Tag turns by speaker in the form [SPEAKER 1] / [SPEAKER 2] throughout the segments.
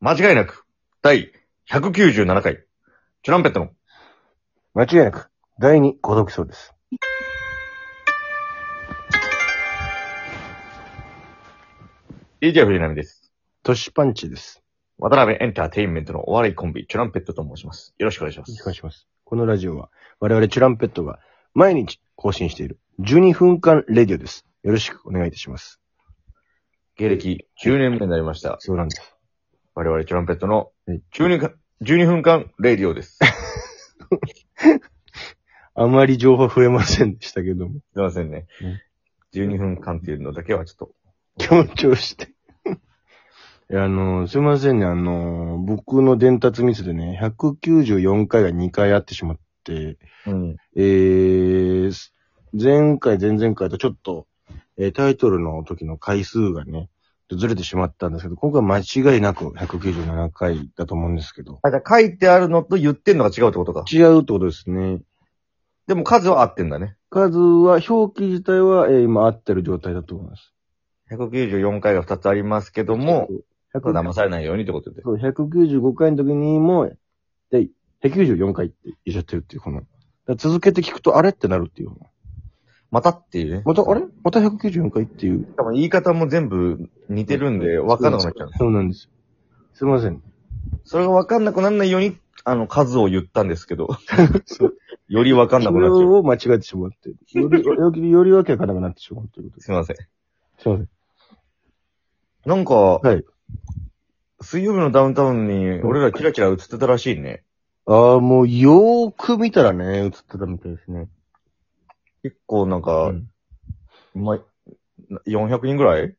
[SPEAKER 1] 間違いなく、第197回、チュランペットの、
[SPEAKER 2] 間違いなく、第二孤独症です。
[SPEAKER 1] DJ 藤波です。
[SPEAKER 2] トシパンチです。
[SPEAKER 1] 渡辺エンターテインメントのお笑いコンビ、チュランペットと申します。よろしくお願いしま
[SPEAKER 2] お
[SPEAKER 1] す。
[SPEAKER 2] 願いします。このラジオは、我々チュランペットが毎日更新している12分間レディオです。よろしくお願いいたします。
[SPEAKER 1] 芸歴10年目になりました。
[SPEAKER 2] そうなんです。
[SPEAKER 1] 我々チュランペットの
[SPEAKER 2] はい
[SPEAKER 1] 12か、12分間、レイディオです。す
[SPEAKER 2] あまり情報増えませんでしたけども、
[SPEAKER 1] いませんね
[SPEAKER 2] うん。
[SPEAKER 1] 12分間っていうのだけはちょっと、
[SPEAKER 2] 強調して。 いや、あのすいませんね、あの僕の伝達ミスでね、194回が2回あってしまって、
[SPEAKER 1] うん。
[SPEAKER 2] えー、前回、前々回とちょっと、えータイトルの時の回数がね、ちょっとずれてしまったんですけど、今回間違いなく197回だと思うんですけど、
[SPEAKER 1] あ、じゃあ書いてあるのと言ってんのが違うってことか。
[SPEAKER 2] 違うってことですね。
[SPEAKER 1] でも数は合ってんだね。
[SPEAKER 2] 数は、表記自体は、えー今合ってる状態だと思います。
[SPEAKER 1] 194回が2つありますけども、
[SPEAKER 2] 100
[SPEAKER 1] 騙されないようにってことで。
[SPEAKER 2] そう195回の時にも、で、194回って言っちゃってるっていう、この。だから続けて聞くと、あれってなるっていう。
[SPEAKER 1] またっていうね。
[SPEAKER 2] また、あれまた194回ってい
[SPEAKER 1] し
[SPEAKER 2] う。
[SPEAKER 1] かも言い方も全部似てるんで、わかんなくなっちゃうんです。
[SPEAKER 2] そうなんですよ。すいません。
[SPEAKER 1] それがわかんなくならないように、あの、数を言ったんですけど
[SPEAKER 2] そう、
[SPEAKER 1] よりわかんなくなっちゃ
[SPEAKER 2] それ
[SPEAKER 1] う。
[SPEAKER 2] を間違えてしまって、より、より、よりわけがなくなってしまうということです。
[SPEAKER 1] すいません。
[SPEAKER 2] すいません。
[SPEAKER 1] なんか、
[SPEAKER 2] い
[SPEAKER 1] 水曜日のダウンタウンに、俺らキラキラ映ってたらしいね。
[SPEAKER 2] ああ、もう、よーく見たらね、映ってたみたいですね。
[SPEAKER 1] 結構なん
[SPEAKER 2] う
[SPEAKER 1] か、
[SPEAKER 2] ん
[SPEAKER 1] まあ、400人ぐらい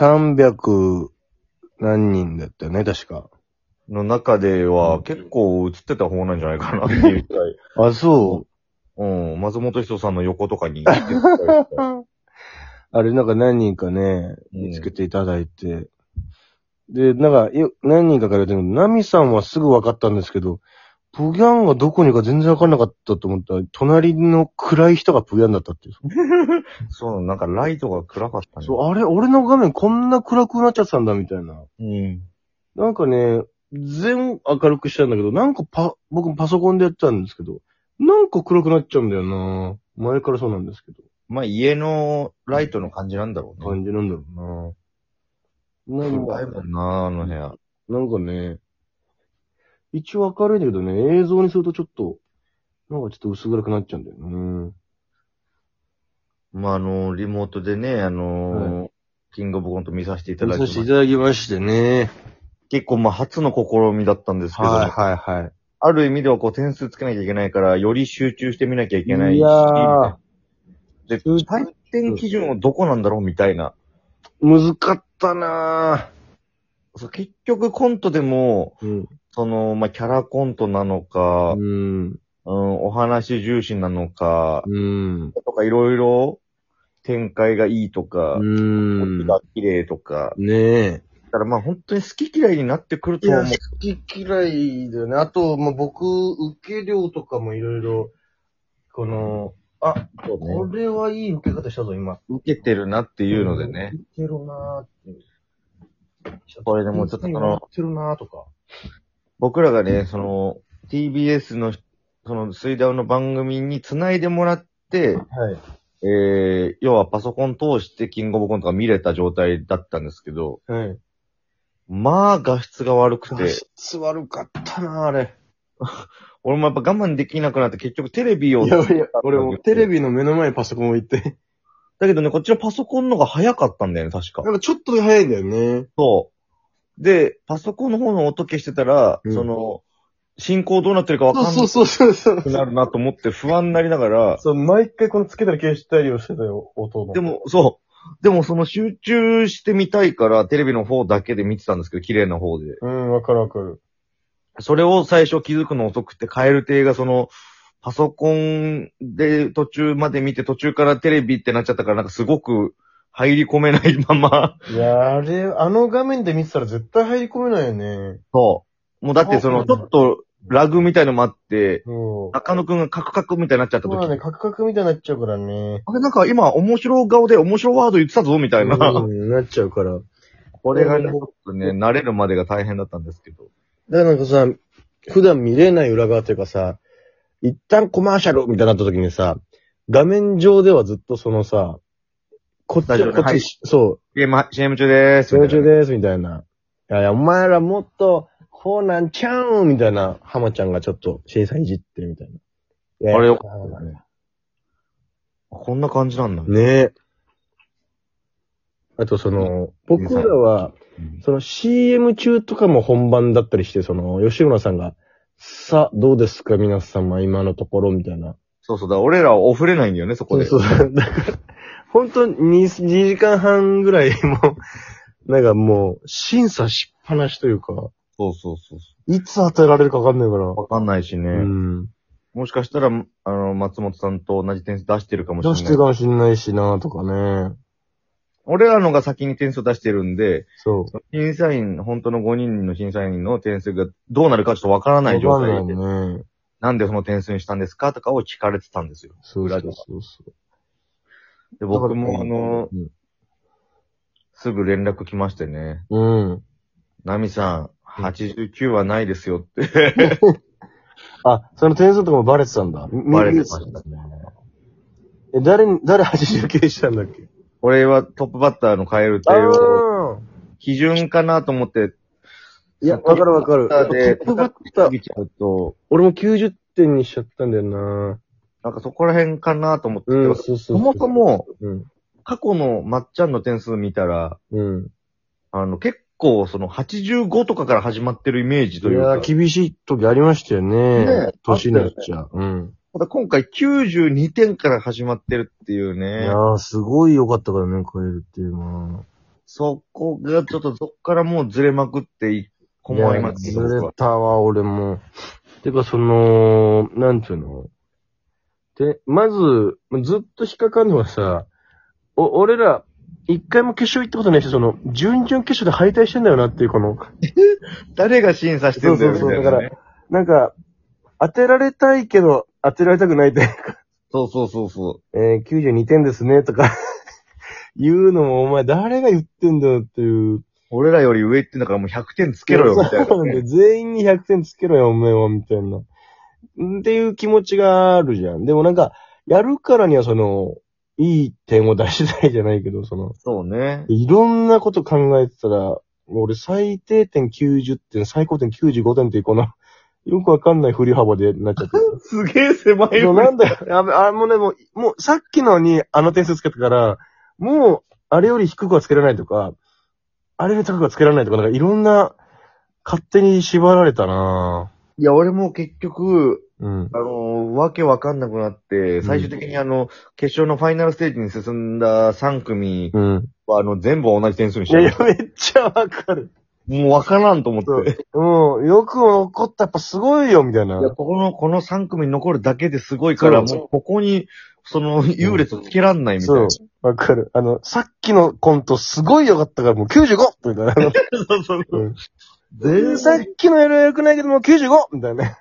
[SPEAKER 2] 300何人だったよね、確か。
[SPEAKER 1] の中で
[SPEAKER 2] う
[SPEAKER 1] は、
[SPEAKER 2] ん
[SPEAKER 1] 結構映ってた方なんじゃないかなっていうくらい。
[SPEAKER 2] あ、そ
[SPEAKER 1] うん、松本人志さんの横とか に行ってたりと
[SPEAKER 2] う
[SPEAKER 1] か。。
[SPEAKER 2] あれ、なんか何人かね、
[SPEAKER 1] うん
[SPEAKER 2] 見つけていただいて。で、なんか、よ何人かから言ってるの、ナミさんはすぐ分かったんですけど、ブギャンがどこにか全然分かんなかったと思ったら、隣の暗い人がブギャンだったっていう。
[SPEAKER 1] そう、なんかライトが暗かったね。
[SPEAKER 2] そう、あれ、俺の画面こんな暗くなっちゃってたんだ、みたいな。
[SPEAKER 1] うん。
[SPEAKER 2] なんかね、全明るくしたんだけど、なんかパ、僕パソコンでやってたんですけど、なんか暗くなっちゃうんだよな前からそうなんですけど。
[SPEAKER 1] まあ、家のライトの感じなんだろうね。
[SPEAKER 2] 感じなんだろうななん
[SPEAKER 1] 暗い
[SPEAKER 2] か、
[SPEAKER 1] もんな、あの部屋。
[SPEAKER 2] なんかね、一応明るいんだけどね、映像にするとちょっと、なんかちょっと薄暗くなっちゃうんだよな
[SPEAKER 1] まあ、あの、リモートでね、あの、キングオブコント見させていただいてま
[SPEAKER 2] さ
[SPEAKER 1] し
[SPEAKER 2] せ
[SPEAKER 1] た
[SPEAKER 2] ていただきましてね。
[SPEAKER 1] 結構、まあ、初の試みだったんですけど、
[SPEAKER 2] はいはいはい。
[SPEAKER 1] ある意味ではこう点数つけなきゃいけないから、より集中してみなきゃいけないし、
[SPEAKER 2] いやー
[SPEAKER 1] で、採点基準はどこなんだろうみたいな。
[SPEAKER 2] 難かったな
[SPEAKER 1] そう結局コントでも、
[SPEAKER 2] うん。
[SPEAKER 1] その、まあ、キャラコントなのか、うん、
[SPEAKER 2] うん。
[SPEAKER 1] お話重視なのか、
[SPEAKER 2] うん。
[SPEAKER 1] とかいろいろ展開がいいとか
[SPEAKER 2] う、
[SPEAKER 1] こっ
[SPEAKER 2] ん
[SPEAKER 1] ち。が綺麗とか、
[SPEAKER 2] ね
[SPEAKER 1] だからまあ本当に好き嫌いになってくる
[SPEAKER 2] え。
[SPEAKER 1] と思う。
[SPEAKER 2] 好き嫌いだよね。あと、まあ、僕、受け量とかもいろいろ、この、あ、こ
[SPEAKER 1] ね
[SPEAKER 2] れはいい受け方したぞ、今。
[SPEAKER 1] 受けてるなっていうのでね。
[SPEAKER 2] 受けるなーっていう。
[SPEAKER 1] これでもちょっとその
[SPEAKER 2] 受けるなーとか。
[SPEAKER 1] 僕らがね、その、TBS の、その、水ダウの番組に繋いでもらって、
[SPEAKER 2] はい。
[SPEAKER 1] えー、要はパソコン通してキングオブコントが見れた状態だったんですけど、
[SPEAKER 2] はい。
[SPEAKER 1] まあ画質が悪くて、
[SPEAKER 2] 質悪かったなー、あれ。
[SPEAKER 1] 俺もやっぱ我慢できなくなって結局テレビを、
[SPEAKER 2] い
[SPEAKER 1] だ
[SPEAKER 2] やいや、俺もテレビの目の前にパソコン置いて。
[SPEAKER 1] けどね、こっちのパソコンの方が早かったんだよね、確か
[SPEAKER 2] な。んかちょっと早いんだよね。
[SPEAKER 1] そう。で、パソコンの方の音消してたら、
[SPEAKER 2] うん
[SPEAKER 1] その、進行どうなってるかわかんな
[SPEAKER 2] そうそうそうそう
[SPEAKER 1] く。なるなと思って不安になりながら、
[SPEAKER 2] そう、毎回このつけたり消したりをしてたよ、音の。
[SPEAKER 1] でも、そう。でもその集中してみたいから、テレビの方だけで見てたんですけど、綺麗な方で。
[SPEAKER 2] うん、わかるわかる。
[SPEAKER 1] それを最初気づくの遅くて、カエル亭がその、パソコンで途中まで見て、途中からテレビってなっちゃったから、なんかすごく入り込めないまま。
[SPEAKER 2] いや、あれ、あの画面で見てたら絶対入り込めないよね。
[SPEAKER 1] そう。もうだってその、ちょっとラグみたいのもあって、
[SPEAKER 2] そ
[SPEAKER 1] 中野くんがカクカクみたいになっちゃった
[SPEAKER 2] う。
[SPEAKER 1] 時。
[SPEAKER 2] まあね、カクカクみたいになっちゃうからね。
[SPEAKER 1] あれなんか今面白顔で面白ワード言ってたぞみたいな。
[SPEAKER 2] うんなっちゃうから。
[SPEAKER 1] これがね、ちょっとね、慣れるまでが大変だったんですけど。
[SPEAKER 2] だからなんかさ、普段見れない裏側というかさ、一旦コマーシャルみたいになった時にさ、画面上ではずっとそのさ、こっち
[SPEAKER 1] 大丈夫
[SPEAKER 2] はこっち、
[SPEAKER 1] はい
[SPEAKER 2] そう、
[SPEAKER 1] CM、CM 中でーす。
[SPEAKER 2] 成長です、みたいな。いやいや、お前らもっと、こうなんちゃうんみたいな、浜ちゃんがちょっと、シェイさんいじってるみたいな。いや
[SPEAKER 1] あれよ
[SPEAKER 2] ね。
[SPEAKER 1] こんな感じなんだ。
[SPEAKER 2] ねえ。あとその、僕らは、
[SPEAKER 1] うん
[SPEAKER 2] その CM 中とかも本番だったりして、その、吉村さんが、さあ、どうですか皆様、今のところ、みたいな。
[SPEAKER 1] そうそうだ。俺らはオフれないんだよね、そこで。
[SPEAKER 2] そうそう。だから、 本当に2、2時間半ぐらいも う、なんかもう、審査しっぱなしというか、
[SPEAKER 1] そうそうそうそ
[SPEAKER 2] いつ与えられるかわかんないから。
[SPEAKER 1] う。わかんないしね。
[SPEAKER 2] うん。
[SPEAKER 1] もしかしたら、あの、松本さんと同じ点数出してるかもしれ
[SPEAKER 2] 出
[SPEAKER 1] ない。
[SPEAKER 2] してるかもしんないしなとかね。
[SPEAKER 1] 俺らのが先に点数出してるんで、
[SPEAKER 2] そ
[SPEAKER 1] 審査員、本当の5人の審査員の点数がどうなるかちょっとわから
[SPEAKER 2] う。
[SPEAKER 1] ない状
[SPEAKER 2] わかんな
[SPEAKER 1] 態
[SPEAKER 2] い
[SPEAKER 1] で、
[SPEAKER 2] ね。
[SPEAKER 1] なんでその点数にしたんですかとかを聞かれてたんですよ。
[SPEAKER 2] そう
[SPEAKER 1] 裏
[SPEAKER 2] そう
[SPEAKER 1] では
[SPEAKER 2] そうそう。
[SPEAKER 1] で、僕
[SPEAKER 2] だ
[SPEAKER 1] もあ
[SPEAKER 2] から
[SPEAKER 1] の、、すぐ連絡来ましてね、
[SPEAKER 2] うん。うん
[SPEAKER 1] ナミさん、
[SPEAKER 2] うん
[SPEAKER 1] 89はないですよって。
[SPEAKER 2] あ、その点数とかもバレてたんだ。
[SPEAKER 1] バレてましたね。
[SPEAKER 2] え、誰に、誰89したんだっけ
[SPEAKER 1] 俺はトップバッターのカエルテ
[SPEAKER 2] あ
[SPEAKER 1] を、
[SPEAKER 2] ー
[SPEAKER 1] 基準かなと思って、
[SPEAKER 2] いや、わかるわかる。
[SPEAKER 1] トップバッターで
[SPEAKER 2] トップバッター
[SPEAKER 1] 過ぎちゃうと、
[SPEAKER 2] 俺も90点にしちゃったんだよな
[SPEAKER 1] なんかそこら辺かなと思って、
[SPEAKER 2] うん、そうそう。
[SPEAKER 1] そもそ、も、
[SPEAKER 2] うん、
[SPEAKER 1] 過去のまっちゃんの点数見たら、
[SPEAKER 2] うん。
[SPEAKER 1] あの、結構、その、85とかから始まってるイメージと
[SPEAKER 2] い
[SPEAKER 1] いう
[SPEAKER 2] や
[SPEAKER 1] か
[SPEAKER 2] ー、、厳しい時ありましたよ
[SPEAKER 1] ね
[SPEAKER 2] ね
[SPEAKER 1] え。
[SPEAKER 2] 年になっちゃう。うん。
[SPEAKER 1] ただ今回92点から始まってるっていう
[SPEAKER 2] い
[SPEAKER 1] ね
[SPEAKER 2] や、ー、すごい良かったからね、超えるっていうのは。
[SPEAKER 1] そこがちょっとそこからもうずれまくってい、こもります
[SPEAKER 2] い
[SPEAKER 1] よ
[SPEAKER 2] やず
[SPEAKER 1] 僕
[SPEAKER 2] れ
[SPEAKER 1] は
[SPEAKER 2] たわ、俺も。てか、その、なんていうので、まず、ずっと引っかかんのはさ、お、俺ら、一回も決勝行ったことないし、その、準々決勝で敗退してんだよなっていう、この、
[SPEAKER 1] 誰が審査してるんだよ、み
[SPEAKER 2] そうそうそう
[SPEAKER 1] たいな
[SPEAKER 2] だ
[SPEAKER 1] ね。
[SPEAKER 2] なんか、当てられたいけど、当てら れたくないというか、
[SPEAKER 1] そうそうそうそ
[SPEAKER 2] えー、92点ですね、とか、 言うのも、お前、誰が言ってんだよっていう。
[SPEAKER 1] う。俺らより上ってんだからもう100点つけろよ、みたい
[SPEAKER 2] そう
[SPEAKER 1] な
[SPEAKER 2] なんだよ
[SPEAKER 1] ね。
[SPEAKER 2] 全員に100点つけろよ、お前は、みたいな。っていう気持ちがあるじゃん。でもなんか、やるからにはその、いい点を出したいじゃないけど、その、
[SPEAKER 1] そうね。
[SPEAKER 2] いろんなこと考えてたら、俺最低点90点、最高点95点っていうこの、よくわかんない振り幅でなっちゃって。
[SPEAKER 1] すげえ狭い
[SPEAKER 2] で
[SPEAKER 1] よ。
[SPEAKER 2] もなんだよ、やべ、あ、もうね、もう、もうさっきのにあの点数つけたから、もう、あれより低くはつけられないとか、あれより高くはつけられないとか、なんかいろんな、勝手に縛られたない
[SPEAKER 1] や、俺も結局、
[SPEAKER 2] ぁうん。
[SPEAKER 1] あのー、わけわかんなくなって、最終的にあの、決勝のファイナルステージに進んだ3組
[SPEAKER 2] うん。
[SPEAKER 1] は、あの、全部同じ点数にし
[SPEAKER 2] い
[SPEAKER 1] て
[SPEAKER 2] やい
[SPEAKER 1] る
[SPEAKER 2] や、。めっちゃわかる。
[SPEAKER 1] もうわからんと思
[SPEAKER 2] そう
[SPEAKER 1] って。い
[SPEAKER 2] もうん、よく残った、やっぱすごいよ、みたいな。
[SPEAKER 1] や、ここの、この3組残るだけですごいから、
[SPEAKER 2] そう
[SPEAKER 1] もうここに、その、優劣をつけらんないみたい
[SPEAKER 2] そう
[SPEAKER 1] な。。
[SPEAKER 2] わかる。あの、さっきのコントすごい良かったからもう 95! み たいなあ
[SPEAKER 1] そ
[SPEAKER 2] の。
[SPEAKER 1] うそうそううん全
[SPEAKER 2] さっ
[SPEAKER 1] 然、
[SPEAKER 2] きのやりは良くないけどもう 95! みたいな。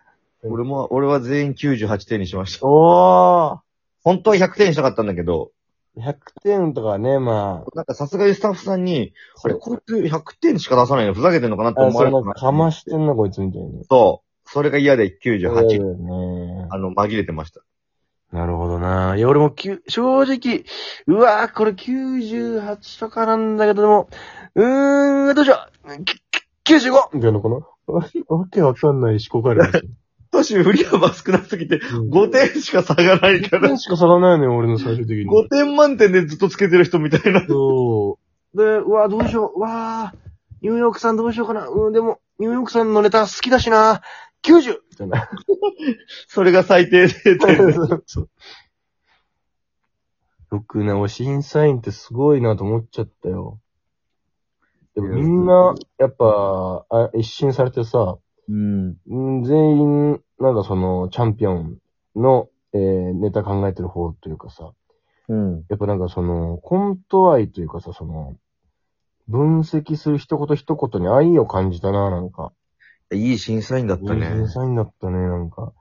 [SPEAKER 1] 俺も、俺は全員98点にしました。
[SPEAKER 2] おー。
[SPEAKER 1] 本当は100点にしたかったんだけど、
[SPEAKER 2] 100点とかね、まあ。
[SPEAKER 1] なんかさすがにスタッフさんに、あれ、こいつ100点しか出さないのふざけてんのかなって
[SPEAKER 2] あ、
[SPEAKER 1] 思
[SPEAKER 2] そ
[SPEAKER 1] わ
[SPEAKER 2] う
[SPEAKER 1] れ
[SPEAKER 2] な
[SPEAKER 1] た
[SPEAKER 2] んかかましてんな、こいつみたいな。
[SPEAKER 1] そう。それが嫌で
[SPEAKER 2] そうだ
[SPEAKER 1] 98。
[SPEAKER 2] よね。
[SPEAKER 1] あの、紛れてました。
[SPEAKER 2] なるほどな。いや、俺もきゅ、正直、うわーこれ98とかなんだけど、でも、うーん、どうしよう、きき 95! みたいな、 この、わわけわかんない思考回路 ですよ。
[SPEAKER 1] 年振り幅少なすぎて、
[SPEAKER 2] 5
[SPEAKER 1] 5点しか差がないから、
[SPEAKER 2] 点しか差がないのよ、俺の最終的に。
[SPEAKER 1] 5点満点でずっとつけてる人みたいな。
[SPEAKER 2] そう。で、うわ、どうしよう。うわーニューヨークさんどうしようかな。うん、でも、ニューヨークさんのネタ好きだしな。90! みたいな。
[SPEAKER 1] それが最低で。
[SPEAKER 2] そう よくね、お審査員ってすごいなと思っちゃったよ。でもみんな、やっぱ、あ一新されてさ、
[SPEAKER 1] うん。
[SPEAKER 2] うん全員、なんかその、チャンピオンの、えーネタ考えてる方というかさ、
[SPEAKER 1] うん。
[SPEAKER 2] やっぱなんかその、コント愛というかさ、その、分析する一言一言に愛を感じたな、なんか。
[SPEAKER 1] いい審査員だったね
[SPEAKER 2] 審。査員だったね、なんか。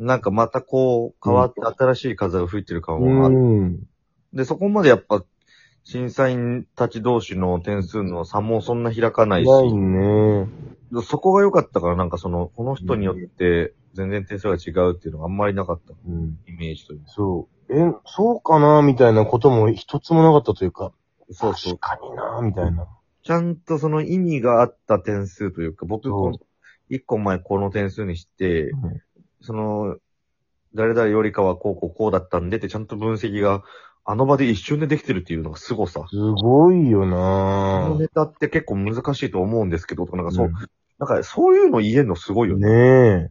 [SPEAKER 1] なんかまたこう、変わって新しい風が吹いてる感
[SPEAKER 2] う
[SPEAKER 1] はある。
[SPEAKER 2] ん。
[SPEAKER 1] で、そこまでやっぱ、審査員たち同士の点数の差もそんな開かないし、
[SPEAKER 2] ないね。
[SPEAKER 1] そこが良かったから、なんかその、この人によって全然点数が違うっていうのがあんまりなかった
[SPEAKER 2] うん。
[SPEAKER 1] イメージというか。
[SPEAKER 2] そう。え、そうかなみたいなことも一つもなかったというか、
[SPEAKER 1] そうそう。
[SPEAKER 2] 確かになみたいな。
[SPEAKER 1] ちゃんとその意味があった点数というか、僕
[SPEAKER 2] そう
[SPEAKER 1] この、一個前この点数にして、
[SPEAKER 2] うん
[SPEAKER 1] その、誰々よりかはこうこうこうだったんでって、ちゃんと分析が、あの場で一瞬でできてるっていうのが凄さ。
[SPEAKER 2] すごいよ
[SPEAKER 1] こ
[SPEAKER 2] な
[SPEAKER 1] のネタって結構難しいと思うんですけど、とか、なんかそう、
[SPEAKER 2] うん
[SPEAKER 1] なんかそういうの言えるのすごいよね。
[SPEAKER 2] ねえ。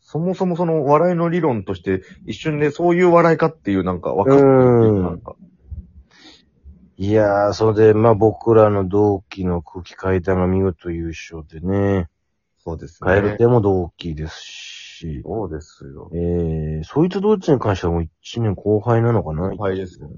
[SPEAKER 1] そもそもその笑いの理論として、一瞬でそういう笑いかっていうなんか分かったっていうか。
[SPEAKER 2] うん
[SPEAKER 1] なんか
[SPEAKER 2] いやー、それで、まあ僕らの同期の空気階段が見事優勝でね、
[SPEAKER 1] そうです
[SPEAKER 2] カエル
[SPEAKER 1] ね。
[SPEAKER 2] テも同期ですし、
[SPEAKER 1] そうですよ。
[SPEAKER 2] えー、そいつどっちに関してはもう一年後輩なのかな
[SPEAKER 1] 後輩ですよね。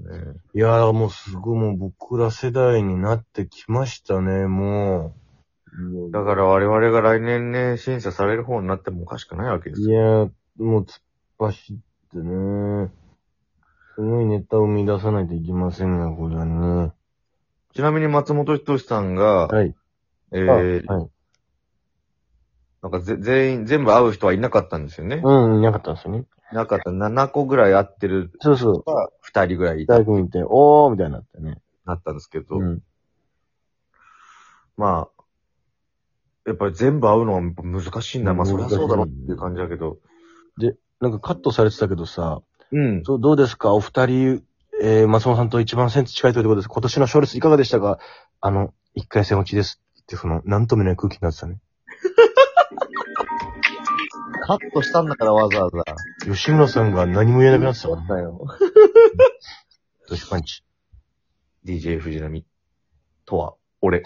[SPEAKER 2] いやー、だからもうすごいもう僕ら世代になってきましたね、もう。
[SPEAKER 1] だから我々が来年ね、審査される方になってもおかしくないわけです
[SPEAKER 2] い
[SPEAKER 1] よ。
[SPEAKER 2] やー、もう突っ走ってね。すごいネタを生み出さないといけませんが、これはね。
[SPEAKER 1] ちなみに松本人志さんが、
[SPEAKER 2] はい。
[SPEAKER 1] え
[SPEAKER 2] え
[SPEAKER 1] ー、
[SPEAKER 2] はい。
[SPEAKER 1] なんかぜ全員、全部会う人はいなかったんですよね。
[SPEAKER 2] うん、いなかったんですよね。
[SPEAKER 1] なかった。7個ぐらい会ってる
[SPEAKER 2] そうそう。
[SPEAKER 1] が2人ぐらい
[SPEAKER 2] 大学見て、おーみたいになってね。
[SPEAKER 1] なったんですけど、
[SPEAKER 2] うん。
[SPEAKER 1] まあ、やっぱり全部会うのは難しいんだ。まあそりゃそうだろうっていう感じだけど、
[SPEAKER 2] なんかカットされてたけどさ、
[SPEAKER 1] うん。
[SPEAKER 2] そうどうですかお二人、えー、松本さんと一番センス近いということです。今年の勝率いかがでしたかあの、一回戦落ちです。って、その、なんとも言えない空気になってたね。
[SPEAKER 1] カットしたんだからわざわざ。
[SPEAKER 2] 吉村さんが何も言えなくなってたもんね。
[SPEAKER 1] よ。
[SPEAKER 2] ドシパンチ。
[SPEAKER 1] DJ 藤波とは、俺。